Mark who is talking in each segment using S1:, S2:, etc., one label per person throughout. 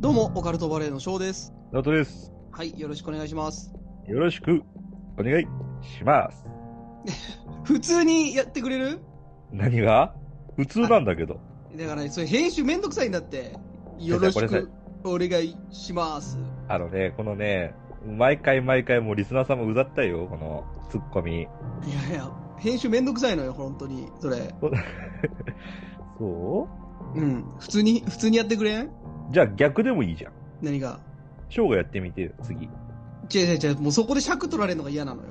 S1: どうも、オカルトバレーの翔です。
S2: 直人です。
S1: はい、よろしくお願いします。
S2: よろしくお願いします。
S1: 普通にやってくれる
S2: 何が普通なんだけど。
S1: だからね、それ編集めんどくさいんだって。よ
S2: 先
S1: ろし
S2: 生これ
S1: くお願いします。
S2: あのね、このね、毎回毎回もうリスナーさんもうざったいよ、このツッコミ。
S1: いやいや、編集めんどくさいのよ、本当に。それ。
S2: そ
S1: うん。普通に、普通にやってくれん
S2: うじゃあ逆でもいいじゃん。
S1: 何が。
S2: 翔がやってみてよ、次。
S1: 違う違う違う、もうそこで尺取られるのが嫌なのよ。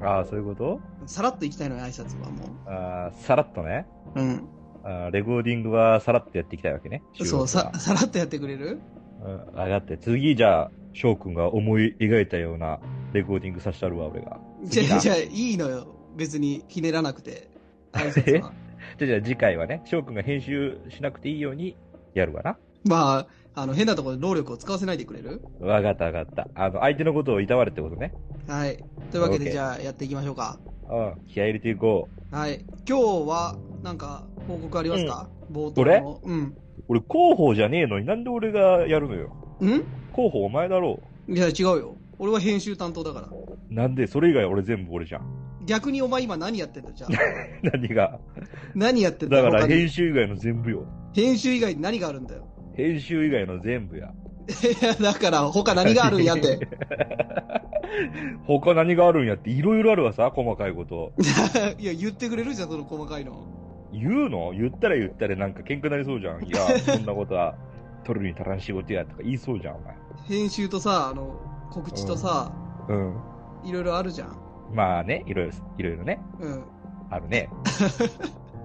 S2: ああ、そういうこと
S1: さらっと行きたいのよ、挨拶はも
S2: ああ、さらっとね。
S1: う。うん。
S2: あーレコーディングはさらっとやっていきたいわけね。
S1: そう、
S2: 収録
S1: さ
S2: は、
S1: さらっとやってくれる
S2: うん、分かって。次、じゃあ、翔くんが思い描いたようなレコーディングさせたるわ、俺が。
S1: 違う
S2: 次な
S1: 違う、いいのよ。別に、ひねらなくて。挨拶は。
S2: じゃあ、じゃあ次回はね、翔くんが編集しなくていいようにやるわな。
S1: まあ、あの、変なところで労力を使わせないでくれる
S2: わかったわかった。あの、相手のことをいたわれってことね。
S1: はい。というわけで、
S2: OK
S1: じゃあ、やっていきましょうか。
S2: うん。気合い入れていこう。
S1: はい。今日は、なんか、報告ありますか、冒頭の。うん。
S2: 俺、広報じゃねえのになんで俺がやるのよ。
S1: ん
S2: 広報お前だろ
S1: いや、違うよ。俺は編集担当だから。
S2: う。なんで、それ以外は俺全部俺じゃん。
S1: 逆にお前今何やってんだじゃあ。
S2: 何が。
S1: 何やってんだ
S2: だから、
S1: 他に
S2: 編集以外の全部よ。
S1: 編集以外に何があるんだよ。
S2: 編集以外の全部や。
S1: いや、だから、他何があるんや って。
S2: 他何があるんやって、いろいろあるわさ、細かいこと。
S1: いや、言ってくれるじゃん、その細かいの。
S2: 言うの言ったら言ったらなんか喧嘩なりそうじゃん。いや、そんなことは、取るに足らん仕事やとか言いそうじゃん、お前。
S1: 編集とさ、あの、告知とさ、
S2: うん。
S1: いろいろあるじゃん。
S2: まあね、いろいろ、いろいろね。
S1: う
S2: あ るね。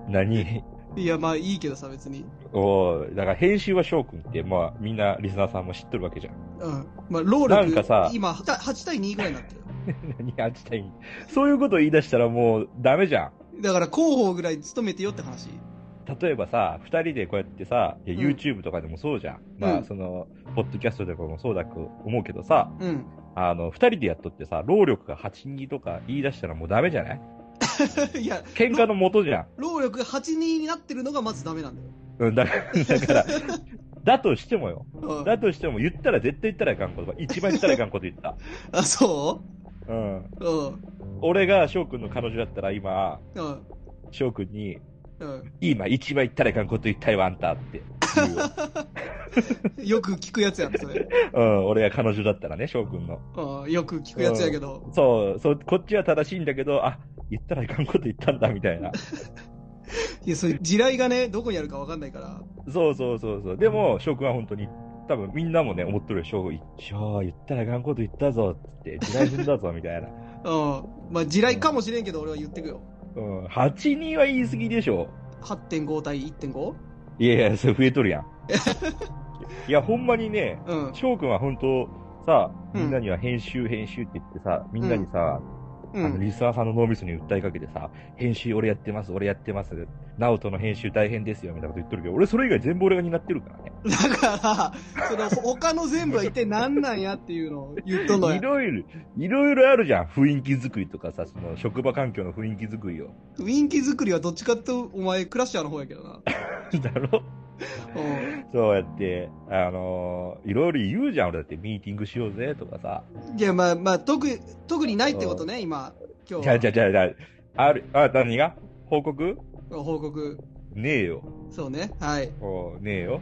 S2: 何
S1: ん。いや、まあいいけどさ、別に。
S2: おーだから編集は翔くんって、まあみんなリスナーさんも知ってるわけじゃん。
S1: うん。まあ、労力、
S2: なんかさ
S1: 今、は8対2ぐらいになってる。
S2: 何あちたい。そういうこと言い出したらもうダメじゃん。
S1: だから、広報ぐらい勤めてよって話。例
S2: 例えばさ、二人でこうやってさ、いや
S1: うん
S2: YouTube とかでもそうじゃん。
S1: う
S2: ま
S1: ん
S2: あその、ポッドキャストとかもそうだと思うけどさ、
S1: うん。
S2: あの、二人でやっとってさ、労力が8、2とか言い出したらもうダメじゃない
S1: いや、
S2: 喧嘩の元じゃん。
S1: 労力が8人になってるのがまずダメなんだよ。
S2: うん、だから、だから、だとしてもよ。
S1: うん
S2: だとしても言ったら絶対言ったらいかんこと。一番言ったらいかんこと言った。
S1: あ、そ
S2: うん。
S1: ううん。
S2: 俺が翔くんの彼女だったら今、
S1: うん。
S2: 翔くんに、
S1: うん。
S2: 今一番言ったらいかんこと言ったよ、あんたって言うよ。
S1: よく聞くやつやん、それ。
S2: うん、俺が彼女だったらね、翔くんの。
S1: うん。よく聞くやつやけど。
S2: そう、そう、こっちは正しいんだけど、あ、言ったらいかんこと言ったんだ、みたいな。
S1: いや、それ、地雷がね、どこにあるかわかんないから。
S2: そうそうそうそう。でも、翔くんは本当に、多分みんなもね、思っとるよ、翔くん。翔、言ったらいかんこと言ったぞ、つって、地雷踏んだぞ、みたいな。
S1: うん。まあ、地雷かもしれんけど、俺は言ってくよ。
S2: うん、8人は言い過ぎでしょ。
S1: 8.5対 1.5?
S2: いやいや、それ増えとるやん。いや、ほんまにね、
S1: うん。
S2: 翔くんは本当さ、
S1: うん
S2: みんなには編集、編集って言ってさ、みんなにさ、
S1: う
S2: あの
S1: ん。
S2: リスナーさんの脳みそに訴えかけてさ、編集俺やってます、俺やってます、ナオトの編集大変ですよ、みたいなこと言っとるけど、俺それ以外全部俺が担ってるからね。
S1: だから、その、他の全部は一体何なんやっていうのを言っとんの
S2: い
S1: よ。
S2: ろいろ、いろいろあるじゃん。雰囲気作りとかさ、その職場環境の雰囲気作りを。
S1: 人気作りはどっちかっていうと、お前、クラッシャーの方やけどな。
S2: だろ
S1: う
S2: そうやって、あのーいろいろ言うじゃん、俺だってミーティングしようぜとかさ。
S1: ん。いや、まあ、まあ、特、特にないってことね、今。今日
S2: じゃ
S1: は
S2: あじゃあじゃあじゃあ、ある、あ、何が報告
S1: 報告。
S2: ねえよ。
S1: そうね。はい。
S2: おねえよ。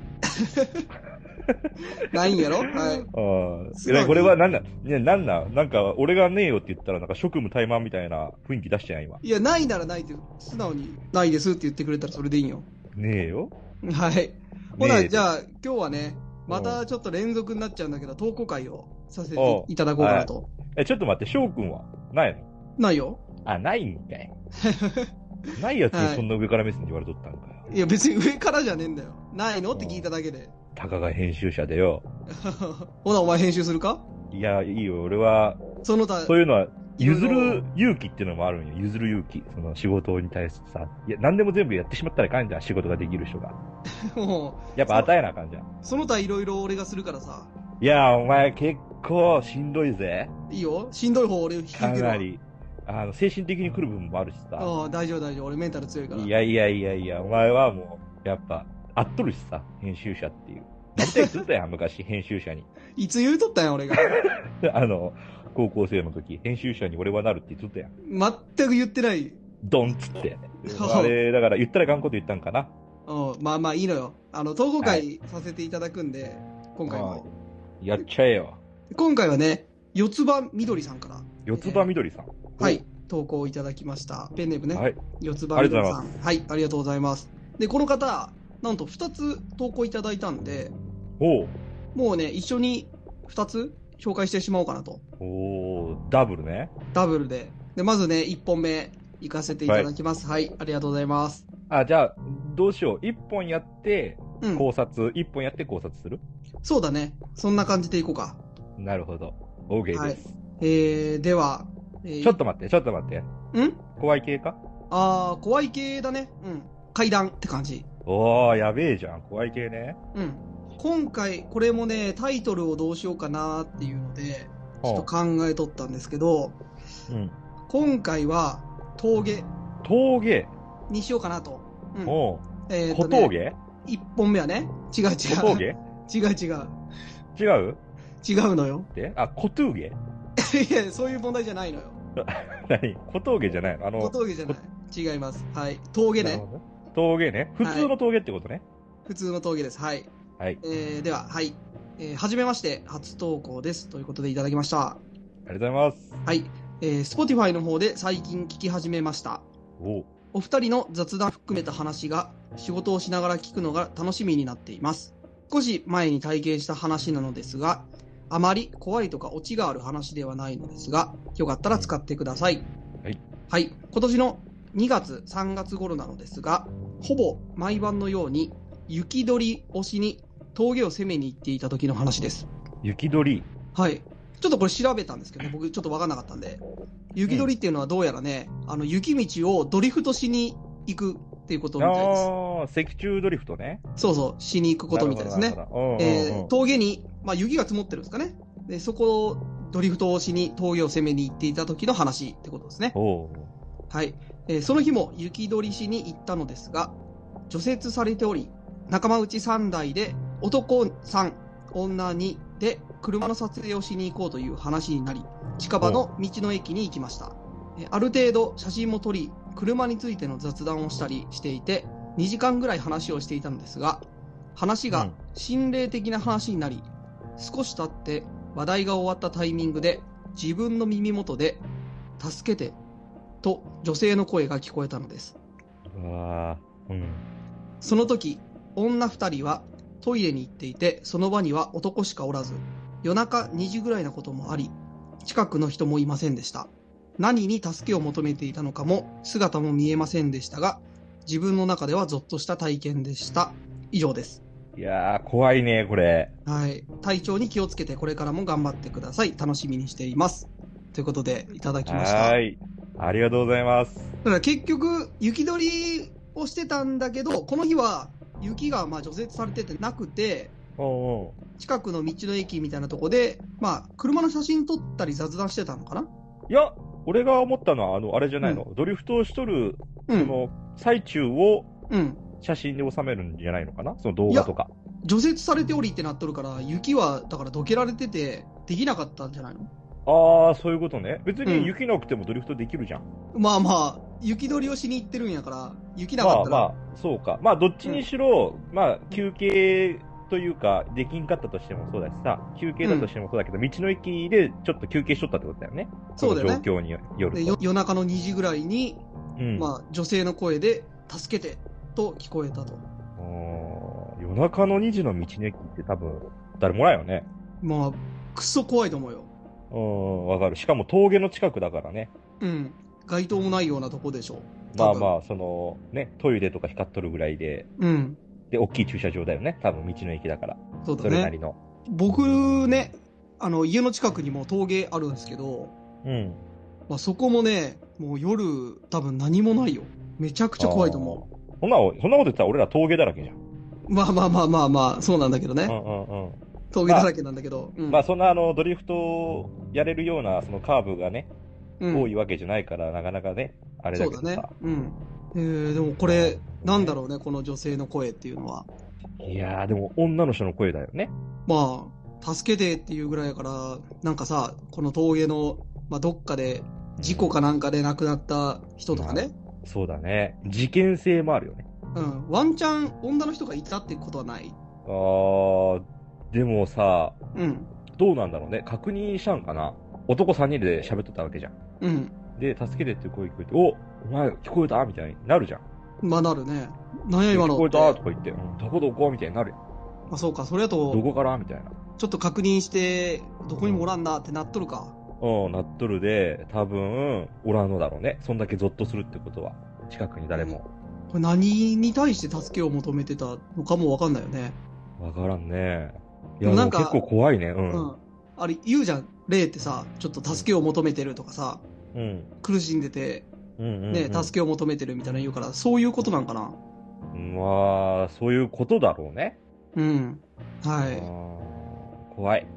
S1: ないんやろはい。
S2: ああ、
S1: すごい
S2: えこれはなんだ、ね、なんだ、なんか、俺がねえよって言ったら、なんか職務怠慢みたいな雰囲気出してない、今。
S1: いや、ないならないって、素直に、ないですって言ってくれたらそれでいいんよ。
S2: ねえよ。
S1: はい。ほな、
S2: ねえ
S1: じゃあ、今日はね、またちょっと連続になっちゃうんだけど、投稿会をさせていただこうかなと。
S2: え、ちょっと待って、翔くんは、ないの
S1: ないよ。
S2: あ、ないんかい。ないやつ
S1: は
S2: に
S1: い
S2: そんな上から目線で言われとったんかよ。
S1: いや、別に上からじゃねえんだよ。ないのって聞いただけで。
S2: たかが編集者でよ。
S1: ほな、お前編集するか
S2: いや、いいよ、俺は、
S1: その他、
S2: そういうのは、譲
S1: いろい
S2: る
S1: ろ
S2: 勇気っていうのもあるんよ。譲る勇気。その仕事に対してさ。いや、何でも全部やってしまったらあかんじゃん、仕事ができる人が。
S1: も
S2: やっぱ与えなあかんじゃん。
S1: う、その他いろいろ俺がするからさ。
S2: いや、お前結構しんどいぜ。
S1: いいよしんどい方俺引き受
S2: か
S1: けるわ
S2: な。り。あの、精神的に来る部分もあるしさ。
S1: うん、大丈夫大丈夫。俺メンタル強いから。
S2: いやいやいやいや、お前はもう、やっぱ、合っとるしさ、編集者っていう。なりたいって言ったやん、 昔、編集者に。
S1: いつ言うとったんや、俺が。
S2: あの、高校生の時、編集者に俺はなるって言っとったやん。
S1: 全く言ってない。
S2: ドンっつって。
S1: そう
S2: あれ、だから言ったらあかんこと言ったんかな。
S1: うん、まあまあいいのよ。あの、投稿会させていただくんで、今回も。
S2: やっちゃえよ。
S1: 今回はね、四つ葉みどりさんから、
S2: 四つ葉みどりさん。
S1: はい、投稿いただきました。ペンネームね、
S2: はい。
S1: 四つ葉みどりさん。はい、ありがとうございます。で、この方、なんと2つ投稿いただいたんで、
S2: おう
S1: もうね、一緒に2つ紹介してしまおうかなと。
S2: おーダブルね。
S1: ダブルで。で、まずね、1本目、行かせていただきます。はい、ありがとうございます。
S2: あ、じゃあ、どうしよう。一本やって、
S1: うん、
S2: 考察。一、本やって考察する
S1: そうだね。そんな感じでいこうか。
S2: なるほど。OK です。
S1: はいえー、では、えー
S2: ちょっと待って、ちょっと待って。
S1: ん
S2: 怖い系か
S1: あー、怖い系だね。うん。階段って感じ。
S2: おー、やべえじゃん。怖い系ね。
S1: うん。今回、これもね、タイトルをどうしようかなっていうので、ちょっと考えとったんですけど、
S2: うん。
S1: 今回は、峠
S2: 峠。
S1: にしようかなと。うん。
S2: おう
S1: えー
S2: 小
S1: とね、
S2: 峠
S1: 一本目はね、違う違う。
S2: 小峠
S1: 違う違う。
S2: 違う
S1: 違うのよ。
S2: ってあ、小峠
S1: いや、そういう問題じゃないのよ。
S2: 何小峠じゃないのあの、
S1: 小峠じゃない。違います。はい。峠
S2: なる
S1: ね。
S2: ほど。峠ね。普通の峠ってことね。
S1: 普通の峠です。はい。
S2: はい。
S1: えー、では、はい。えー、はじめまして、初投稿です。ということでいただきました。
S2: ありがとうございます。
S1: はい。えー、Spotify の方で最近聞き始めました。
S2: おう
S1: お二人の雑談含めた話が仕事をしながら聞くのが楽しみになっています。少し前に体験した話なのですが、あまり怖いとかオチがある話ではないのですが、よかったら使ってください。
S2: はい。
S1: はい。今年の2月、3月頃なのですが、ほぼ毎晩のように雪取り推しに峠を攻めに行っていた時の話です。
S2: 雪鳥。
S1: はい。ちょっとこれ調べたんですけどね、僕ちょっとわかんなかったんで。雪取りっていうのはどうやらね、あの、雪道をドリフトしに行くっていうことみたいです。
S2: ああ、石柱ドリフトね。
S1: そうそう、しに行くことみたいですね
S2: な。るほど。なるほどうんうん
S1: え
S2: う
S1: ー
S2: ん
S1: 峠に、まあ雪が積もってるんですかね。で、そこをドリフトをしに峠を攻めに行っていた時の話ってことですね。
S2: おう
S1: はい。えーその日も雪取りしに行ったのですが、除雪されており、仲間内3台で男3、女2で車の撮影をしに行こうという話になり、近場の道の駅に行きました。えーある程度写真も撮り、車についての雑談をしたりしていて、2時間ぐらい話をしていたのですが、話
S2: う
S1: が
S2: ん
S1: 心霊的な話になり、少し経って話題が終わったタイミングで、自分の耳元で、助けて、と女性の声が聞こえたのです。
S2: うわーうん。
S1: その時、女二人はトイレに行っていて、その場には男しかおらず、夜中2時ぐらいなこともあり、近くの人もいませんでした。何に助けを求めていたのかも、姿も見えませんでしたが、自分の中ではゾッとした体験でした。以上です。
S2: いやー、怖いね、これ。
S1: はい。体調に気をつけて、これからも頑張ってください。楽しみにしています。ということで、いただきました。
S2: はーい。ありがとうございます。
S1: だから結局、雪取りをしてたんだけど、この日は雪がまあ除雪されててなくて、
S2: おう
S1: 近くの道の駅みたいなとこで、まあ、車の写真撮ったり雑談してたのかな
S2: おういや、俺が思ったのは、あの、あれじゃないの。ドリフトをしとる、
S1: う
S2: そ
S1: ん。
S2: の、最中を
S1: うん。
S2: 写真で収めるんじゃないのかなその動画とか。
S1: 除雪されておりってなっとるから、雪は、だからどけられてて、できなかったんじゃないの
S2: ああ、そういうことね。別
S1: うん
S2: に雪なくてもドリフトできるじゃん。
S1: まあまあ、雪取りをしに行ってるんやから、雪な
S2: ま
S1: か
S2: あ
S1: った
S2: ま
S1: ら。
S2: あ、そうか。まあ、どっちにしろ、まあ、休憩というか、できんかったとしてもそうだしさ、休憩だとしてもそうだけど、道の駅でちょっと休憩しとったってことだよね。
S1: そうだよね
S2: の。状況によ
S1: で
S2: ると。
S1: よ夜中の2時ぐらいに、
S2: うん
S1: まあ、女性の声で、助けて、と聞こえたと。
S2: おー夜中の2時の道の駅って多分、誰もないよね。
S1: まあ、くっそ怖いと思うよ。
S2: うん、わかる。しかも峠の近くだからね。
S1: うん。街灯もないようなとこでしょ。
S2: ま
S1: 多
S2: あ
S1: 分
S2: まあ、その、ね、トイレとか光っとるぐらいで、
S1: うん。
S2: で、大きい駐車場だよね。多分、道の駅だから。
S1: そう
S2: そ
S1: だ
S2: れなり
S1: ね。
S2: の。
S1: 僕ね、あの、家の近くにも陶芸あるんですけど、
S2: うん。
S1: まあ、そこもね、もう夜、多分何もないよ。めちゃくちゃ怖いと思
S2: う。そんな、そんなこと言ったら俺ら峠だらけじゃん。
S1: う。まあまあまあまあまあ、そうなんだけど
S2: う
S1: ね。
S2: んうんうん。
S1: 峠だらけなんだけど。うん
S2: まあそんなあのドリフトをやれるようなそのカーブがね、
S1: うん
S2: 多いわけじゃないから、なかなかね、あれだ
S1: そ
S2: け
S1: う
S2: ど
S1: だ
S2: さ。
S1: ね。うん。えー、でもこれ、なんだろうね、この女性の声っていうのは。
S2: いやー、でも女の人の声だよね。
S1: まあ、助けてっていうぐらいやから、なんかさ、この峠の、まあ、どっかで、事故かなんかで亡くなった人とかね。
S2: そうだね。事件性もあるよね。
S1: うん。ワンチャン、女の人がいたってことはない。
S2: あー、でもさ、
S1: うん。
S2: どうなんだろうね。確認したんかな。男3人で喋っとったわけじゃん。
S1: うん。
S2: で、助けてって声聞こえて、おお前聞こえたみたいになるじゃん。
S1: まあ、なるね。なんや今の
S2: 聞
S1: っ
S2: こえ
S1: て。
S2: たとか言って、うんどこどこみたいになるやん。
S1: あ、そうか。それだ
S2: ど
S1: と、
S2: こからみたいな。
S1: ちょっと確認して、どこにもおらんなってなっとるか。
S2: うん、なっとるで、多分、おらんのだろうね。そんだけゾッとするってことは。近くに誰も。
S1: これ何に対して助けを求めてたのかもわかんないよね。
S2: わからんね。い
S1: で
S2: や、
S1: もな
S2: でも
S1: んか
S2: 結構怖いね。う。
S1: うんん。あれ、言うじゃん。霊ってさ、ちょっと助けを求めてるとかさ、
S2: うん。
S1: 苦しんでて、
S2: うんうん。
S1: ね、助けを求めてるみたいな言うから、そういうことなんかな。
S2: け。まあ、そういうことだろうね。
S1: うん。は
S2: あ
S1: い。
S2: ー 怖い。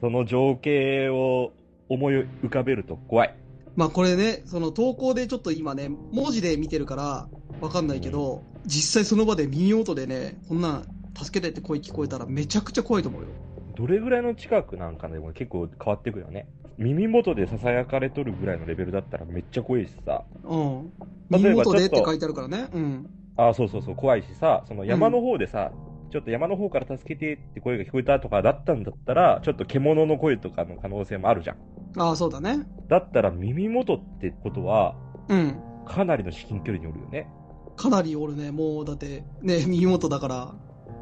S2: その情景を思い浮かべると怖い。
S1: まあこれね、その投稿でちょっと今ね、文字で見てるからわかんないけど、実際その場で耳音でね、こんなん助けてって声聞こえたらめちゃくちゃ怖いと思うよ。
S2: どれぐらいの近くなんかでも結構変わってくるよね。耳元で囁かれとるぐらいのレベルだったらめっちゃ怖いしさ。
S1: うん。
S2: 例え
S1: 耳
S2: ば
S1: 元でっ
S2: ちょ
S1: て
S2: っと
S1: 書いてあるからね。うん。
S2: あそうそうそう、怖いしさ、その山の方でさ、ちょっと山の方から助けてって声が聞こえたとかだったんだったら、ちょっと獣の声とかの可能性もあるじゃん。
S1: ああ、そうだね。
S2: だったら耳元ってことは、
S1: うん。
S2: かなりの至近距離におるよね。
S1: かなりおるね。もうだって、ね、 耳元だから。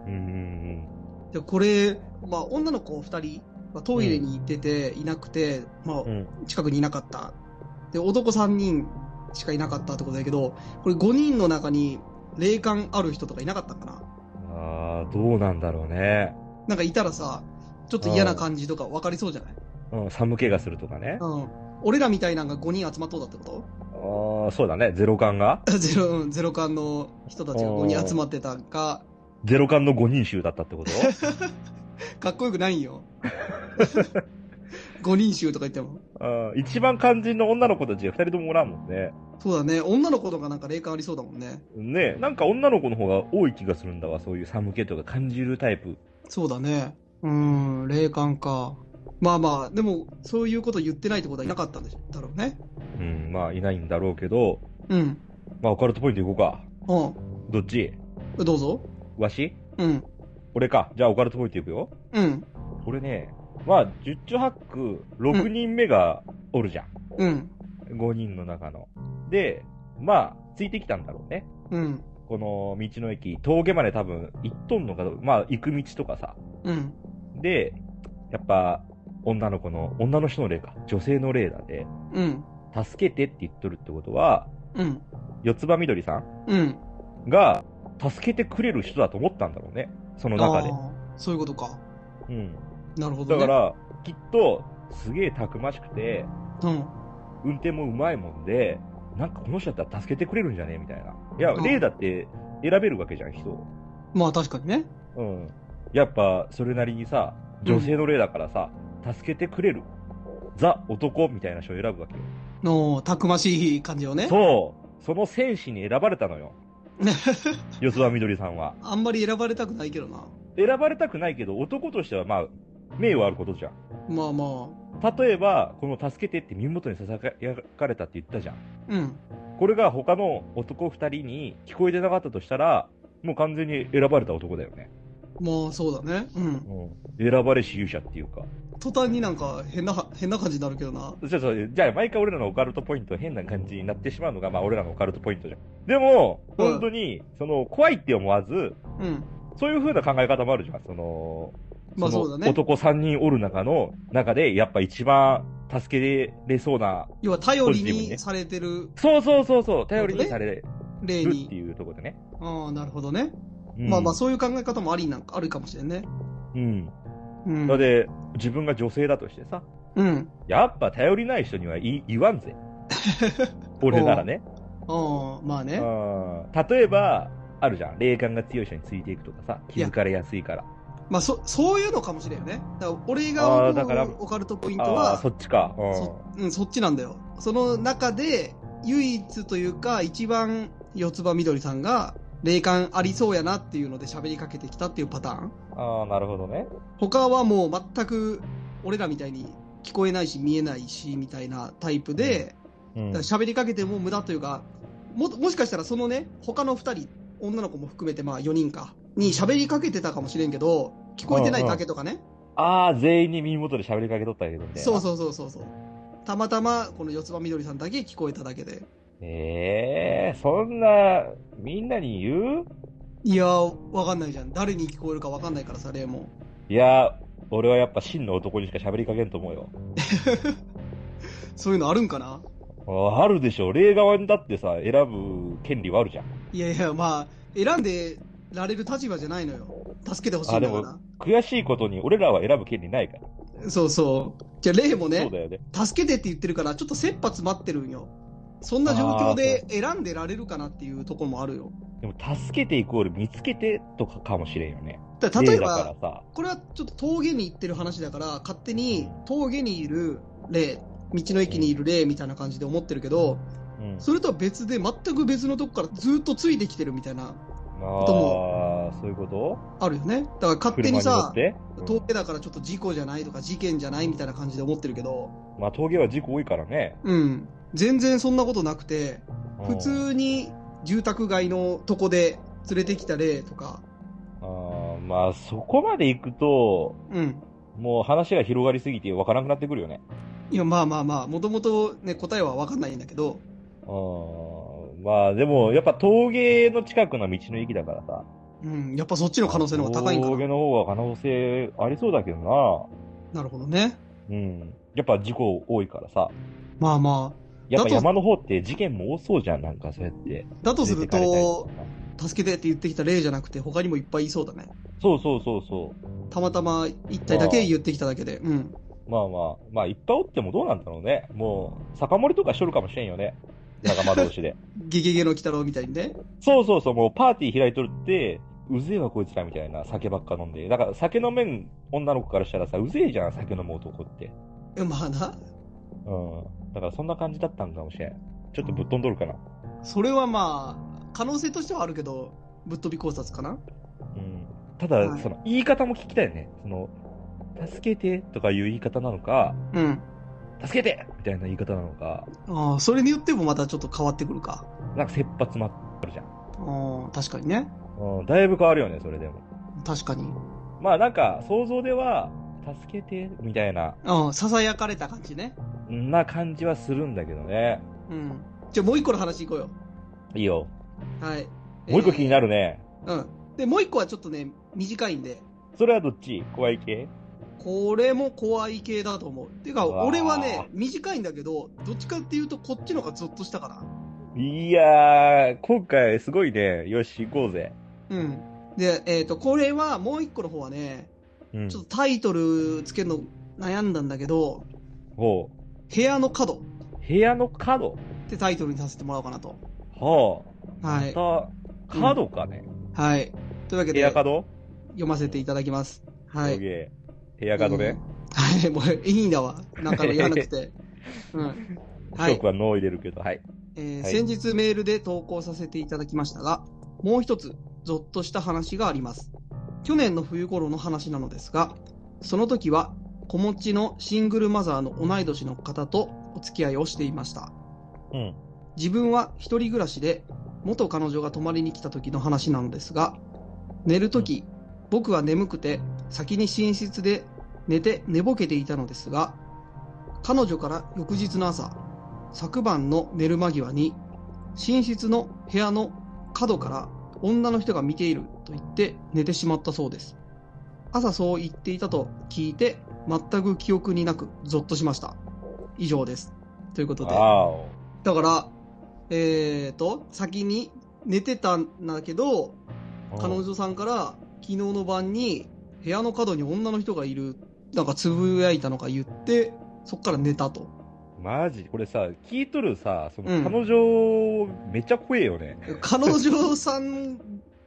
S2: うーん。
S1: で、これ、まあ女の子二人、まあ、トイレに行ってていなくて、まあ
S2: うん。
S1: 近くにいなかった。で、男3人しかいなかったってことだけど、これ5人の中に霊感ある人とかいなかったんかな
S2: あーどうなんだろうね。
S1: なんかいたらさ、ちょっと嫌な感じとか分かりそうじゃない
S2: うん、寒気がするとかね。
S1: うん。俺らみたいなんが5人集まっとうだってこ
S2: あーそうだね。ゼロ感が
S1: と ゼロ、うんゼロ感の人たちが5人集まってたんか、
S2: ゼロ感の5人衆だったってこと
S1: かっこよくないんよ。5人衆とか言っても。
S2: うん一番肝心の女の子たちが2人ともおらんもんね。
S1: そうだね。女の子とかなんか霊感ありそうだもんね。
S2: ねえなんか女の子の方が多い気がするんだわ。そういう寒気とか感じるタイプ
S1: そうだね。うん、霊感か。まあまあ、でも、そういうこと言ってないってことはいなかったんでしょだろうね。
S2: うん、まあ、いないんだろうけど、
S1: うん。
S2: まあ、オカルトポイント行こうか。
S1: う
S2: どっち
S1: ん。どうぞ。
S2: わし
S1: うん。
S2: 俺か。じゃあ、オカルトポイント行くよ。
S1: うん。
S2: 俺ね、まあ、十中八九、6人目がおるじゃん。
S1: うん。
S2: 5人の中の。で、まあ、ついてきたんだろうね。
S1: うん。
S2: この道の駅、峠まで多分行っとんのかどうまあ、行く道とかさ。
S1: うん。
S2: で、やっぱ、女の子の、女の人の霊か。女性の霊だね。
S1: うん。
S2: 助けてって言っとるってことは、
S1: うん。
S2: 四つ葉みどりさん
S1: うん。
S2: が、助けてくれる人だと思ったんだろうね。その中で
S1: あ。ーそういうことか。
S2: うん。
S1: なるほど
S2: だ
S1: ね。
S2: から、きっと、すげえたくましくて、
S1: うん。
S2: 運転もうまいもんで、なんかこの人だったら助けてくれるんじゃねみたいな。いや、
S1: うん
S2: 例だって選べるわけじゃん、人を。
S1: まあ確かにね。
S2: うん。やっぱ、それなりにさ、女性の例だからさ、助けてくれる、ザ男みたいな人を選ぶわけよ。
S1: の、たくましい感じをね。
S2: そうその戦士に選ばれたのよ。四つ葉みどりさんは。
S1: あんまり選ばれたくないけどな。
S2: 選ばれたくないけど、男としてはまあ、名誉あることじゃん。
S1: まあま
S2: 例えば、この助けてって耳元にささやかれたって言ったじゃん。
S1: あ。うん。
S2: これが他の男2人に聞こえてなかったとしたら、もう完全に選ばれた男だよね。
S1: まあそうだね。うん。
S2: 選ばれし勇者っていうか。
S1: 途端になんか変な、変な感じになるけどな。
S2: じゃあ、じゃあじゃあ毎回俺らのオカルトポイントは変な感じになってしまうのが、まあ俺らのオカルトポイントじゃん。でも、
S1: うん
S2: 本当に、その、怖いって思わず、
S1: うん。
S2: そういう風な考え方もあるじゃん。その、
S1: まあ
S2: の
S1: そうだね。
S2: 男3人おる中の、中で、やっぱ一番助けれそうな、
S1: 要は頼り
S2: ポジティブに
S1: に
S2: ね
S1: されてる
S2: そうそうそうそう、頼りにされる
S1: 例
S2: って
S1: に。
S2: いうところでね。
S1: ああ、なるほどね。
S2: うん
S1: まあまあ、そういう考え方もありなんか、あるかもしれんね。
S2: うん。
S1: うん。
S2: ので、自分が女性だとしてさ、
S1: うん。
S2: やっぱ頼りない人にはい言わん ぜ。俺ならね。
S1: ああ、まあね。
S2: うん例えば、あるじゃん。霊感が強い人についていくとかさ、気づかれやすいから。
S1: まあ、そ、そういうのかもしれんよね。だから、俺
S2: あ
S1: が
S2: ーだから
S1: 思うオカルトポイント
S2: ああー、
S1: は
S2: そ、っちか。うん
S1: そうん、そっちなんだよ。その中で、唯一というか、一番、四つ葉みどりさんが、霊感ありそうやなっていうので喋りかけてきたっていうパターン。
S2: ああ、なるほどね。
S1: 他はもう全く、俺らみたいに聞こえないし、見えないし、みたいなタイプで、
S2: うん
S1: だから喋りかけても無駄というか、も、もしかしたらそのね、他の二人、女の子も含めてまあ4人か、に喋りかけてたかもしれんけど、聞こえてないだけとかね。
S2: ああ、全員に耳元で喋りかけとったけどね。
S1: そう
S2: う。
S1: そうそうそうそう。たまたま、この四つ葉みどりさんだけ聞こえただけで。
S2: ええそんな、みんなに言う
S1: いやー、わかんないじゃん。誰に聞こえるかわかんないからさ、レイも。
S2: いや、俺はやっぱ真の男にしか喋りかけんと思うよ。
S1: そういうのあるんかな
S2: あるでしょ。霊側にだってさ、選ぶ権利はあるじゃん。
S1: いやいや、まあ、選んでられる立場じゃないのよ。助けてほしいんだ
S2: あ
S1: か
S2: 悔しいことに俺らは選ぶ権利ないから。
S1: ら。そうそう。じゃあ、レイも
S2: そう
S1: ね、
S2: だよね。
S1: 助けてって言ってるから、ちょっと切羽詰まってるんよ。そんな状況で選んでられるかなっていうところもあるよ。
S2: でも、助けてイコール見つけてとかかもしれんよね。
S1: だから例え
S2: 霊
S1: ば、
S2: だからさ。
S1: これはちょっと峠に行ってる話だから、勝手に峠にいる霊、道の駅にいる霊みたいな感じで思ってるけど、
S2: うん。
S1: それとは別で、全く別のとこからずっとついてきてるみたいな、と
S2: ああ、そういうこと
S1: あるよね。だから勝手に
S2: 車に乗
S1: さ
S2: っ、て、うん
S1: 峠だからちょっと事故じゃないとか事件じゃないみたいな感じで思ってるけど、
S2: まあ、峠は事故多いからね。
S1: うん。全然そんなことなくて、
S2: うん
S1: 普。通に住宅街のとこで連れてきた例とか、
S2: あーまあ、そこまで行くと、
S1: うん。
S2: もう話が広がりすぎて分からなくなってくるよね。
S1: いや、まあまあまあ、もともとね、答えはわかんないんだけど、
S2: うん。まあ、でも、やっぱ峠の近くの道の駅だからさ。
S1: うん。やっぱそっちの可能性の方が高いんか
S2: 峠
S1: な。
S2: の方は可能性ありそうだけど
S1: なるほどね。
S2: な。うん。やっぱ事故多いからさ。
S1: まあま
S2: やっ
S1: だ
S2: ぱ
S1: と
S2: 山の方って事件も多そうじゃん、なんかそうやって。
S1: あ、だとする
S2: 連れてかれた
S1: と、
S2: りか
S1: 助けてって言ってきた例じゃなくて、他にもいっぱいいそうだね。
S2: そうそうそうそう。
S1: たまたま一体だけ言ってきただけで。うん。
S2: まあまあ、まあいっぱいおってもどうなんだろうね。もう、酒盛りとかしとるかもしれんよね。仲間同 士で。
S1: ゲゲゲの鬼太郎みたいにね。
S2: そうそうそう、もうパーティー開いとるって、うぜえわこいつらみたいな酒ばっか飲んで。だから酒飲めん女の子からしたらさ、うぜえじゃん、酒飲む男って。
S1: えまあな。
S2: うん。だからそんな感じだったんかもしれん。ちょっとぶっ飛んどるかな。
S1: それはまあ、可能性としてはあるけど、ぶっ飛び考察かな
S2: うん。ただ、
S1: はい
S2: その言い方も聞きたいよね。その、助けてとかいう言い方なのか、
S1: うん。
S2: 助けてみたいな言い方なのか、
S1: ああ、それによってもまたちょっと変わってくるか。
S2: なんか切羽詰まってるじゃん。
S1: ああ、確かにね。
S2: うん、だいぶ変わるよね、それでも。
S1: 確かに。
S2: まあなんか、想像では、助けてみたいな、
S1: うん、囁かれた感じね。
S2: な感じはするんだけどね。
S1: うん。じゃあもう一個の話いこうよ。
S2: いいよ。
S1: はい。
S2: もう一個気に
S1: る。
S2: なるね。
S1: うん。で、もう一個はちょっとね、短いんで、
S2: それはどっち怖い系
S1: これも怖い系だと思う。てか、
S2: うわー
S1: 俺はね、短いんだけど、どっちかっていうとこっちの方がゾッとしたかな。
S2: いやー、今回すごいね。よし、行こうぜ。
S1: うん。で、えっ、と、これは、もう一個の方はね、
S2: うん
S1: ちょっとタイトルつけるの悩んだんだけど、
S2: ほ
S1: 部屋の角っ
S2: う。部屋の角
S1: てタイトルにさせてもらおうかなと。
S2: は
S1: はい。
S2: あ。また、角かね。
S1: はい。というわけ
S2: 部
S1: で、
S2: 屋
S1: 読
S2: 角
S1: ませていただきます。は
S2: す
S1: い。
S2: げえ。部屋角
S1: う
S2: ね
S1: ん。はい、もういいんだわ。なんか言わなく て。うん。は
S2: ショッ
S1: い
S2: ク。は脳入れるけど、はい。
S1: えー
S2: はい
S1: 先日メールで投稿させていただきましたが、もう一つ、ゾッとした話があります。去年の冬頃の話なのですが、その時は、子持ちのシングルマザーの同い年の方とお付き合いをしていました。
S2: うん。
S1: 自分は一人暮らしで、元彼女が泊まりに来た時の話なのですが、寝る時、僕は眠くて、先に寝室で寝て寝ぼけていたのですが、彼女から翌日の朝、昨晩の寝る間際に、寝室の部屋の角から女の人が見ていると言って寝てしまったそうです。朝そう言っていたと聞いて、全く記憶になくゾッとしました。以上です。ということで。
S2: ああ。
S1: だから、えっ、と、先に寝てたんだけど、彼女さんから昨日の晩に部屋の角に女の人がいる、なんかつぶやいたのか言って、そっから寝たと。
S2: マジこれさ、聞いとるさ、その
S1: うん
S2: 彼女、めっちゃ怖えよね。
S1: 彼女さん、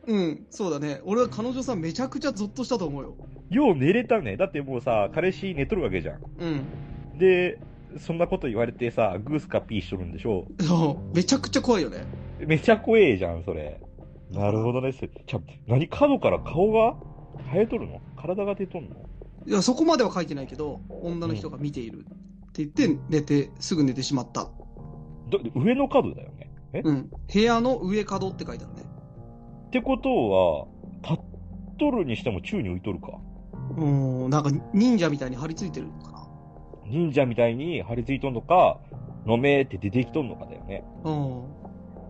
S1: うん、そうだね。俺は彼女さんめちゃくちゃゾッとしたと思うよ。
S2: よう寝れたね。だってもうさ、彼氏寝とるわけじゃん。
S1: うん。
S2: で、そんなこと言われてさ、グースかピーしとるんでしょ
S1: そうめちゃくちゃ怖いよね。
S2: めちゃ怖えじゃん、それ。なるほどね。それちゃ、何角から顔が生えとるの体が出とんの
S1: いや、そこまでは書いてないけど、女の人が見ているって言って寝て、すぐ寝てしまった。
S2: ど上の角だよね。え
S1: うん。部屋の上角って書いてあるね。
S2: ってことは、立っとるにしても宙に浮いとるか。
S1: うん、なんか忍者みたいに張り付いてるのかな。
S2: 忍者みたいに張り付いとんのか、飲めって出てきとんのかだよね。
S1: うん。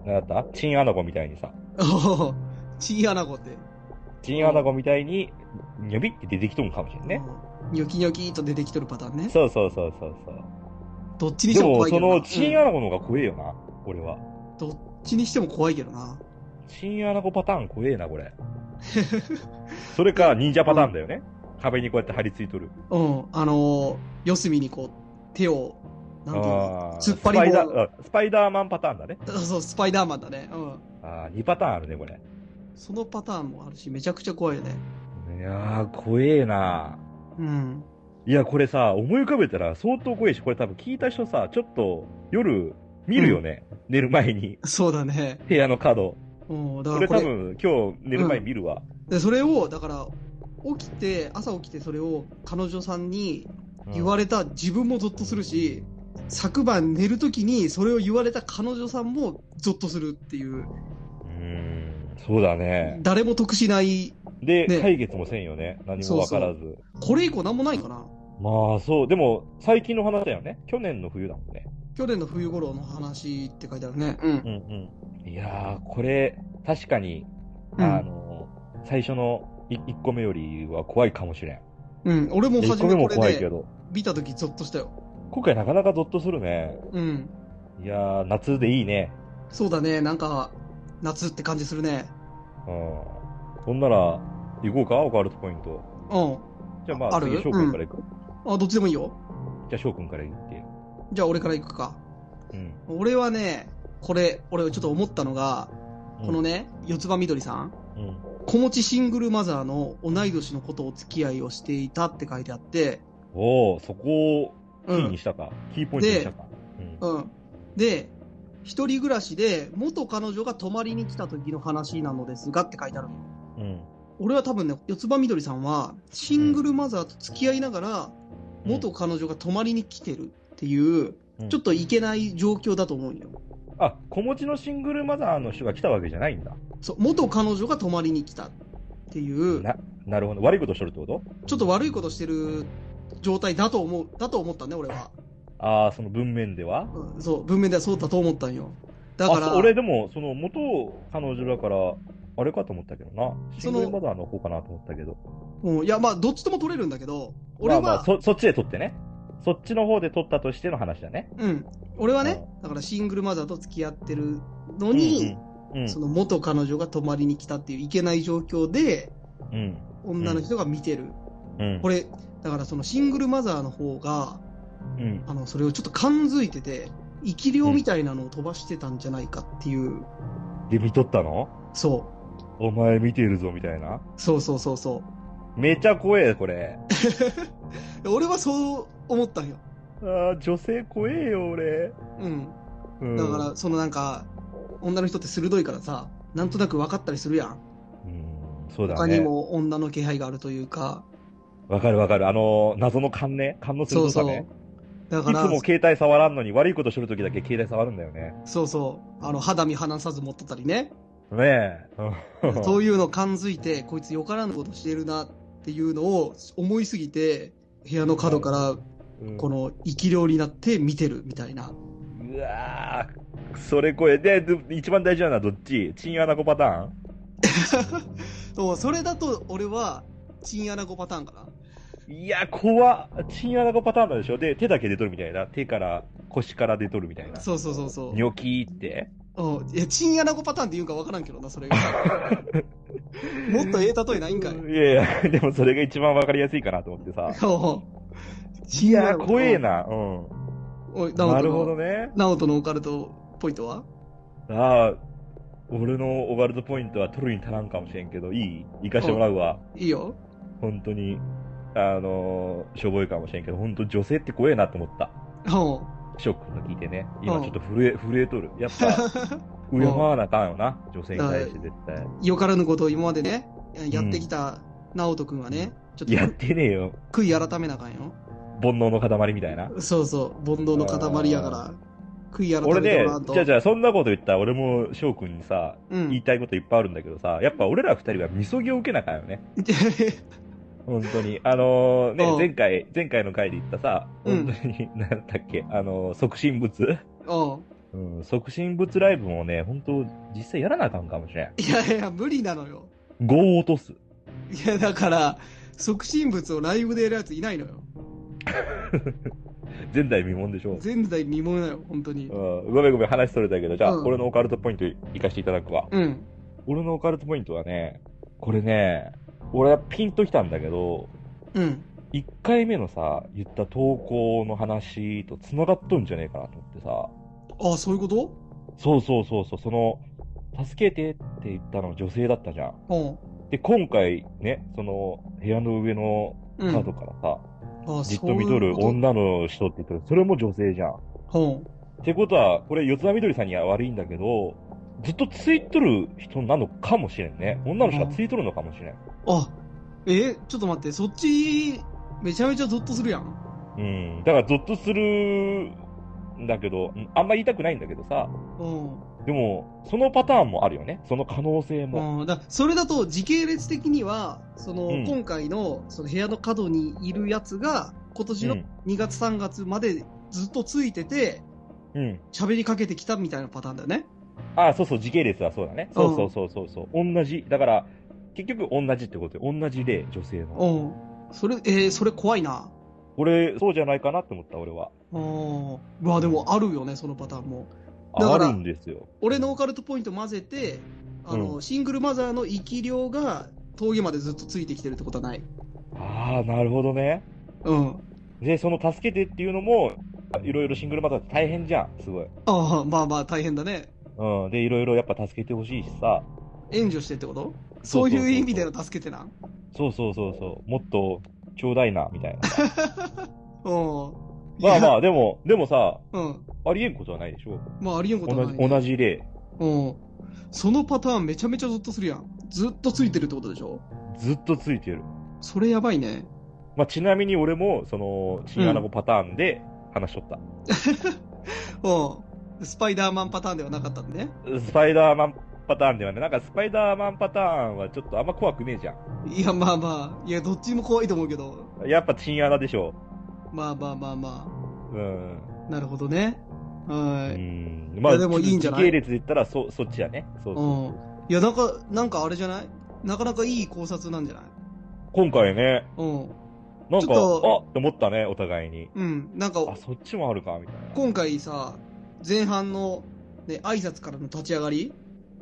S2: なんだったチンアナゴみたいにさ。
S1: お ーチーアナゴって。
S2: チンアナゴみたいに、にょびって出てきとんかもしれんね。
S1: うん。ニョキニョキと出てきてるパターンね。
S2: そうそうそうそうそう。
S1: どっちにし
S2: で
S1: ても
S2: も、
S1: 怖いけ
S2: そ
S1: どな。
S2: の、チンアナゴの方が怖えよな、俺は。
S1: うんどっちにしても怖いけどな。
S2: チンアナゴパターン怖え な、これ。それか、忍者パターンだよね。壁にこうやって張り付いとる。
S1: うん。あのー、四隅にこう、手を、なんていうの
S2: あー
S1: 突っ
S2: ス
S1: 張り棒
S2: パイダーあスパイダーマンパターンだね。
S1: あそう、スパイダーマンだね。うん。
S2: あー、2パターンあるね、これ。
S1: そのパターンもあるし、めちゃくちゃ怖いよね。
S2: いやー、怖えな。
S1: うん。
S2: いや、これさ、思い浮かべたら相当怖いし、これ多分聞いた人さ、ちょっと夜見るよね。寝る前に。
S1: そうだね。
S2: 部屋の角。
S1: うん。だ
S2: こ
S1: から
S2: れ
S1: こ
S2: 多
S1: れ、
S2: 分今日寝る前に見るわ。
S1: でそれを、だから、起きて、朝起きてそれを彼女さんに言わ
S2: れ
S1: れた自分もゾッとするし、昨晩寝るときにそれを言われた彼女さんもゾッとするっていう、
S2: うーん、そうだね。
S1: 誰も得しない、
S2: で、
S1: ね
S2: 解決もせんよね。何もわからず。
S1: これ以降なんもないかな。
S2: まあそう、でも最近の話だよね。去年の冬だもんね。
S1: 去年の冬頃の話って書いてあるね。うん。
S2: んうん。いやー、これ、確かに、
S1: う
S2: あ
S1: ん。
S2: の、最初の1個目よりは怖いかもしれん。
S1: うん、俺も
S2: 1
S1: 初
S2: 個目
S1: め
S2: も
S1: こ
S2: 怖
S1: れ
S2: いけ
S1: で
S2: ど。
S1: 見たときゾッとしたよ。
S2: 今回なかなかゾッとするね。
S1: うん。
S2: いやー、夏でいいね。
S1: そうだね。なんか、夏って感じするね。
S2: うん。そんなら、行こうかオカルトポイント。
S1: うん。
S2: じゃあま
S1: あ
S2: あ、
S1: る
S2: 次、翔くんから行く。
S1: あ、どっちでもいいよ。
S2: じゃあ、翔くんから行って。
S1: じゃあ俺から行くか。
S2: うん。
S1: 俺はね、これ、俺ちょっと思ったのが、
S2: うん
S1: このね、四つ葉みどりさん。
S2: うん。
S1: 子持ちシングルマザーの同い年の子とお付き合いをしていたって書いてあって、
S2: おー、そこをキ
S1: う
S2: ー
S1: ん
S2: に。したか。キーポイントにしたか。うん。
S1: うん。で、一人暮らしで元彼女が泊まりに来た時の話なのですがって書いてあるのよ
S2: うん。
S1: 俺は多分ね、四つ葉みどりさんは、シングルマザーと付き合いながら、元彼女が泊まりに来てるっていう、
S2: うん
S1: ちょっといけない状況だと思うんよ。
S2: あ、子持ちのシングルマザーの人が来たわけじゃないんだ。
S1: そう、元彼女が泊まりに来たっていう、
S2: な、なるほど。悪いことしとるってこと
S1: ちょっと悪いことしてる状態だと思う、だと思ったね、俺は。
S2: ああ、その文面では
S1: うん、そう、文面ではそうだと思ったんよ。だか
S2: あ
S1: ら、
S2: そう俺でも、その元彼女だから、あれかと思ったけどな。シ
S1: そ
S2: ン
S1: の
S2: グルマザーの方かなと思ったけど。
S1: うん、いや、まあ、どっちとも取れるんだけど、俺は、
S2: まあまあそ、そっちで撮ってね。そっちの方で撮ったとしての話だね。
S1: うん、俺はね、だからシングルマザーと付き合ってるの
S2: うん
S1: に、
S2: うん、うん
S1: その元彼女が泊まりに来たっていういけない状況で、
S2: うん。
S1: 女の人が見てる。
S2: うん。
S1: これ、だからそのシングルマザーの方が、
S2: うん。
S1: あの、それをちょっと感づいてて、生き量みたいなのを飛ばしてたんじゃないかっていう、
S2: で、見とったの
S1: そう。
S2: お前見てるぞ、みたいな。
S1: そうそうそうそ
S2: めちゃ怖え、これ。
S1: う。俺はそう思ったんよ。
S2: ああ、女性怖えよ、俺。
S1: うん。
S2: うん、
S1: だから、そのなんか、女の人って鋭いからさ、なんとなく分かったりするやん。
S2: うん、そうだ
S1: 他に
S2: ね。
S1: も女の気配があるというか。
S2: わかるわかる。あのー謎の勘ね。勘の
S1: そ
S2: 鋭
S1: うそ
S2: さ
S1: う
S2: ね。。
S1: だ
S2: い
S1: か
S2: つ
S1: ら、
S2: も携帯触らんのに、悪いことするときだけ携帯触るんだよね。
S1: そうそう。あの、肌身離さず持っとったり ね。
S2: ねえ。
S1: そう
S2: い
S1: いうの感づいて、こいつよからぬことしてるなっていうのを思いすぎて、部屋の角から
S2: うん
S1: この生き量になって見てるみたいな。
S2: うわーそれこれ。で、で一番大事なのはどっちチンアナゴパターン
S1: そうそれだと俺は、チンアナゴパターンかな。
S2: いや、怖っ。チンアナゴパターンなんでしょで、手だけ出とるみたいな。手から、腰から出とるみたいな。
S1: そうそうそうそう
S2: ニ。ョキーって。
S1: うん。いや、チンアナゴパターンって言うんか分からんけどな、それ が。もっとええ例えないんかい。
S2: いやいや、でもそれが一番わかりやすいかなと思ってさ。
S1: そう
S2: いや、怖え。な。うん。
S1: おい、ナオ
S2: な
S1: ト
S2: るほど
S1: の、
S2: ね。
S1: ナオトのオカルトポイントは
S2: ああ、俺のオガルトポイントは取るに足らんかもしれんけど、いい行かしてもらうわ。
S1: いいよ。
S2: 本当に。あのーしょぼいかもしれんけど、本当女性って怖えなと思った。
S1: おう
S2: ショックが聞いてね。今ちょっと震え、震えとる。やっ ぱ、敬わなあかんよな。女性に対して絶対。
S1: よからぬことを今までね、やってきたナオト君はね、ちょっと
S2: やってねえよ。
S1: 悔い改めなあかんよ。
S2: 煩悩の塊みたいな。
S1: そうそう、煩悩の塊やから、悔い改
S2: 俺
S1: めて
S2: ね
S1: もらわん、と。
S2: じゃあじゃあそんなこと言ったら俺も翔くんにさ、
S1: う
S2: 言い
S1: ん。
S2: たいこといっぱいあるんだけどさ、やっぱ俺ら二人はみそぎを受けなあかんよね。本当に。あのーね、
S1: うん
S2: 前回、前回の回で言ったさ、
S1: うん
S2: 本当に、なんだっけ、あのー促進物
S1: おう
S2: うん、促進物ライブもね、本当実際やらなあかんかもしれん。
S1: いやいや、無理なのよ。
S2: 5を落とす。
S1: いや、だから、促進物をライブでやるやついないのよ。
S2: 前代未聞でしょ。
S1: 前代未聞だよ、本当に
S2: う。ん、ごめんごめん、話それたけど、じゃあ、
S1: うん
S2: 俺のオカルトポイント行かせていただくわ。
S1: うん。
S2: 俺のオカルトポイントはね、これね、俺はピンときたんだけど、
S1: うん。
S2: 1回目のさ、言った投稿の話と繋がっとんじゃねえかなと思ってさ、
S1: あ、そういうこと
S2: そうそうそうそう、その、助けてって言ったの女性だったじゃん。
S1: おう
S2: で、今回ね、その、部屋の上の
S1: う
S2: カ
S1: ん。
S2: ードからさ、
S1: あ
S2: じっと見とる。
S1: そういうこ
S2: 女の人って言ってる。それも女性じゃん。っ
S1: とおう
S2: てことは、これ、四つ葉みどりさんには悪いんだけど、ずっとついとる人なのかもしれんね。女の人がついとるのかもしれん。
S1: あ、え、ちょっと待って、そっち、めちゃめちゃゾッとするやん。
S2: うん。だから、ゾッとするんだけど、うんあんま言いたくないんだけどさ、
S1: うん。
S2: でも、そのパターンもあるよね。その可能性も。
S1: うん、だそれだと時系列的にはその、
S2: うん
S1: 今回のその部屋の角にいるやつが今年
S2: う
S1: の
S2: ん
S1: 2月3月までずっとついてて
S2: うん。
S1: 喋りかけてきたみたいなパターンだよね。
S2: ああ、そうそう、時系列はそうだね。そうそうそうそうそう。同じ。だから、結局同じってことよ。同じで、女性の。
S1: うん、それえーそれ怖いな。
S2: 俺、そうじゃないかなって思った、俺は。
S1: うんうわでもあるよねそのパターンも。だ
S2: あ
S1: から
S2: るんですよ。
S1: 俺のオカルトポイント混ぜてあの、
S2: う
S1: シングルマザーの生き量が峠までずっとついてきてるってことはない。
S2: ああ、なるほどね。
S1: うん。
S2: で、その助けてっていうのも、いろいろシングルマザーって大変じゃん、すごい。
S1: ああまあまあ大変だね。
S2: うん。で、いろいろやっぱ助けてほしいしさ。
S1: 援助してってことそ
S2: そ
S1: う
S2: そうそうそ
S1: い
S2: う
S1: う意味での助けてなん。
S2: そうそうそうそう。もっと、ちょうだいな、みたいな。
S1: うん。
S2: まあま
S1: あ。
S2: あ、でも、でもさ、
S1: うん。
S2: ありえんことはないでしょ。
S1: まあ、ありえんことは
S2: 同
S1: な
S2: じ、
S1: い、ね。
S2: 同じ例。
S1: うん。そのパターンめちゃめちゃゾッとするやん。ずっとついてるってことでしょ
S2: ずっとついてる。
S1: それやばいね。
S2: まあ、ちなみに俺も、その、チンアナゴパターンで話しとった。
S1: うん。スパイダーマンパターンではなかったんでね。
S2: スパイダーマンパターンではね、なんかスパイダーマンパターンはちょっとあんま怖くねえじゃ
S1: いや、まあまあ。いや、どっちも怖いと思うけど。
S2: ん。やっぱチンアナでしょ。
S1: まあまあまあま
S2: うん。
S1: あ。なるほどね。
S2: う
S1: はい。
S2: ん。まあ、
S1: いやでもいいんじゃない
S2: 時系列で言ったら、そ、そっちやね。そうそうそう。
S1: いや、なんか、なんかあれじゃないなかなかいい考察なんじゃない
S2: 今回ね、
S1: うん。
S2: なん
S1: ち
S2: か、
S1: ょっと
S2: あって思ったね、お互いに。
S1: うん。なんか、
S2: あ、そっちもあるか、みたいな。
S1: 今回さ、前半の、ね、挨拶からの立ち上がり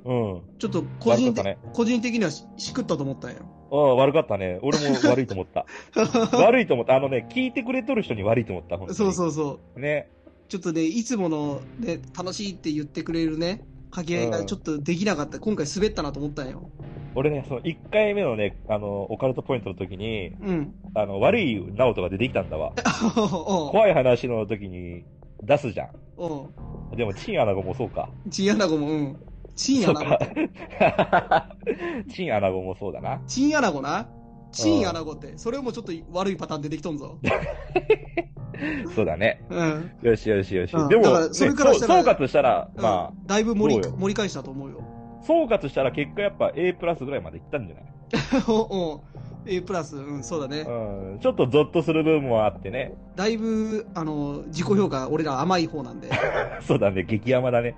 S2: うん。
S1: ちょっと個人
S2: 悪かった
S1: 的、
S2: ね
S1: 個人的にはししくったと思ったんよ。
S2: あ悪かったね。俺も悪いと 思った。 悪いと思った。あのね、聞いてくれとる人に悪いと思った、本当に。
S1: そうそうそう。
S2: う。ね。
S1: ちょっとね、いつもの、ね、楽しいって言ってくれるね、掛け合いがちょっとできなかった。今回滑ったなと思ったんよ。
S2: 俺ね、その1回目のね、あの、オカルトポイントの時に、
S1: うん。
S2: あの、悪いナオトが出てきたんだわ。
S1: お
S2: 怖い話の時に出すじゃん。
S1: うお
S2: でも、チンアナゴもそうか。
S1: うチンアナゴも、うん。チンアナ
S2: そう
S1: ゴ
S2: か。 チンアナゴもそうだな。
S1: チンアナゴな。チンアナゴって、それもちょっと悪いパターン出てきとん ぞ。
S2: そうだね。
S1: うん。
S2: よしよしよし。
S1: うん
S2: でも
S1: だから、それから
S2: ね
S1: した
S2: そう
S1: ら
S2: 総括したら、ま
S1: うんだいぶ盛り
S2: そうよ
S1: 盛り返したと思うよ。
S2: あ、総括したら結果やっぱ A プラスぐらいまでいったんじゃない
S1: おう A プラス、うん、そうだね。
S2: うん。ちょっとゾッとする部分もあってね。
S1: だいぶ、あの、自己評価、俺ら甘い方 なんで。
S2: そうだね、激甘 だね。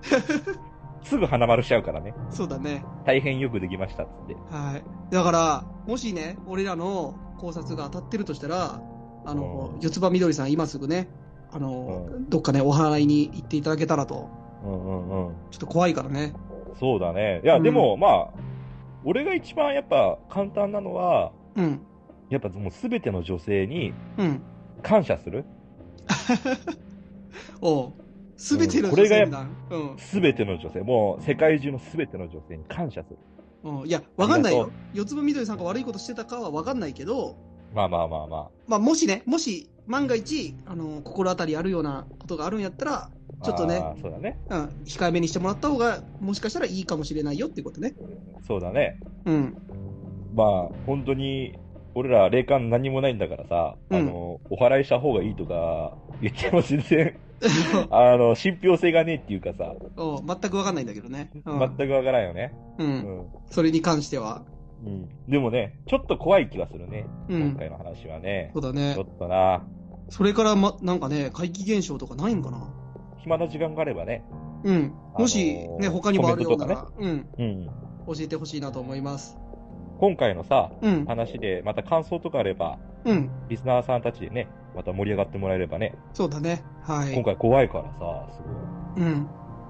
S2: すぐ花丸しちゃうからね。
S1: そうだね。
S2: 大変よくできましたっつって。
S1: はい。だから、もしね、俺らの考察が当たってるとしたら、あの、
S2: うん
S1: 四つ葉みどりさん、今すぐね、あの、どっかね、お祓いに行っていただけたらと、
S2: うんうんうん。
S1: ちょっと怖いからね。
S2: そうだね。いや、
S1: うん
S2: でも、まあ、俺が一番やっぱ簡単なのは、
S1: うん、
S2: やっぱもうすべての女性に
S1: うん。
S2: 感謝する。
S1: おう。すべての
S2: うんこれがやっ
S1: だ。うん。
S2: すべての女性。もう世界中のすべての女性に感謝する。
S1: うん、いや、わかんない
S2: あり
S1: よ。四つ葉みどりさんが悪いことしてたかはわかんないけど、
S2: まあまあまあま
S1: まあ、もしね、もし、万が一、あの、心当たりあるようなことがあるんやったら、
S2: あ。
S1: ちょっとね
S2: あーそうだね。
S1: うん、控えめにしてもらった方が、もしかしたらいいかもしれないよっていうことね。
S2: そうだね。
S1: うん。
S2: まあ、本当に、俺ら霊感何もないんだからさ、
S1: うん
S2: あの、お祓いした方がいいとか、言っても 全然、あの、信憑性がねえっていうかさ、
S1: おう全くわかんないんだけどね。うん。
S2: 全くわからんよね。
S1: う。
S2: うんん。
S1: それに関しては。
S2: うん。でもね、ちょっと怖い気がするね。
S1: う
S2: 今
S1: ん。
S2: 回の話はね
S1: そ。うだ
S2: ちょ
S1: ね。
S2: っとな、
S1: それから、ま、なんかね、怪奇現象とかないんかな
S2: 暇な時間があればね。
S1: うん。もし、
S2: あのー
S1: ね、他にもあるようなら、うん。
S2: うん。
S1: 教えてほしいなと思います。
S2: 今回のさ、
S1: うん。
S2: 話で、また感想とかあれば、
S1: うん。
S2: リスナーさんたちでね、また盛り上がってもらえればね。
S1: そうだね。は
S2: 今
S1: い。
S2: 回怖いからさ、すごい。
S1: うん。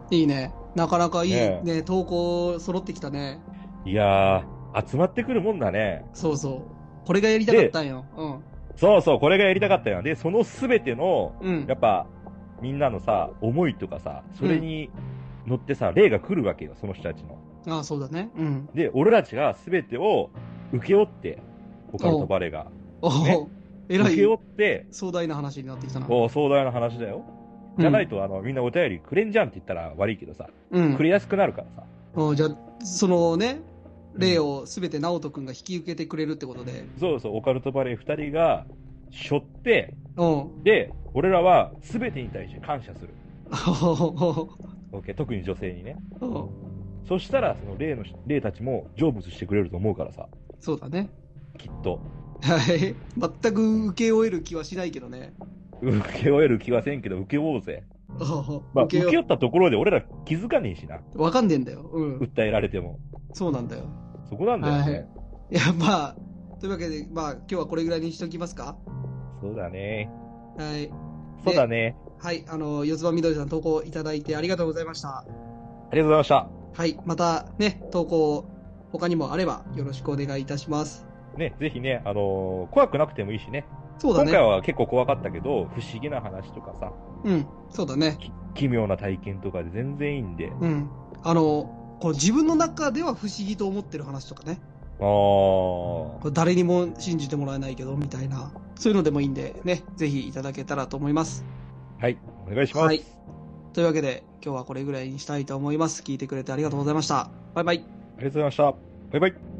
S1: いいね。なかなかいいね
S2: ね、
S1: 投稿揃ってきたね。
S2: いやー、集まってくるもんだね。
S1: そうそう。これがやりたかったんよ。
S2: そうそう、これがやりたかったよ。で、そのすべての、
S1: うん。うん
S2: や。っぱ、みんなのさ、思いとかさ、それに乗ってさ、霊が来るわけよ、その人たちの。
S1: ああ、そうだね。うん。
S2: で、俺たちがすべてを受け負って、オカルトバレが。
S1: おお、えら
S2: 受
S1: い
S2: け負って、
S1: 壮大な話になってきたな。
S2: お壮大な話だよ。
S1: うん
S2: じゃないと、あの、みんなお便りくれんじゃんって言ったら悪いけどさ、
S1: うん
S2: くれやすくなるからさ。
S1: うんじゃあ、そのね、例をすべて直人くんが引き受けてくれるってことで。
S2: そうそう、オカルトバレー二人が、しょって、
S1: うん。
S2: で、俺らは全てに対して感謝する。
S1: う
S2: OK 特に女性にね。
S1: ん
S2: そしたら、その霊のし、霊たちも成仏してくれると思うからさ、
S1: そうだね。
S2: きっと。
S1: はい。全く受け負える気はしないけどね。
S2: 受け負える気はせんけど、受け負おうぜ。まあ、
S1: 受
S2: 受
S1: け
S2: け
S1: 負
S2: 負ったところで俺ら気づかねえしな。
S1: わかんねえんだよ。うん。
S2: 訴えられても。
S1: そうなんだよ。
S2: そこなんだよね。
S1: はいいや、まあ、というわけで、まあ、今日はこれぐらいにしておきますか。
S2: そうだね。
S1: はい。
S2: そうだね。
S1: はい。あの、四つ葉みどりさん投稿いただいてありがとうございました。
S2: ありがとうございました。
S1: はい。またね、投稿、他にもあればよろしくお願いいたします。
S2: ね、ぜひね、あのー怖くなくてもいいしね。
S1: そうだ
S2: 今
S1: ね。
S2: 回は結構怖かったけど、不思議な話とかさ、
S1: うん。そうだね。
S2: 奇妙な体験とかで全然いいんで。
S1: うん。あの、こう自分の中では不思議と思ってる話とかね。
S2: あ
S1: こう誰にも信じてもらえないけど、みたいな。そういうのでもいいんで、ね、ぜひいただけたらと思います。
S2: あ。はい。お願いします。
S1: はいというわけで、今日はこれぐらいにしたいと思います。聞いてくれてありがとうございました。バイバイ。
S2: ありがとうございました。バイバイ。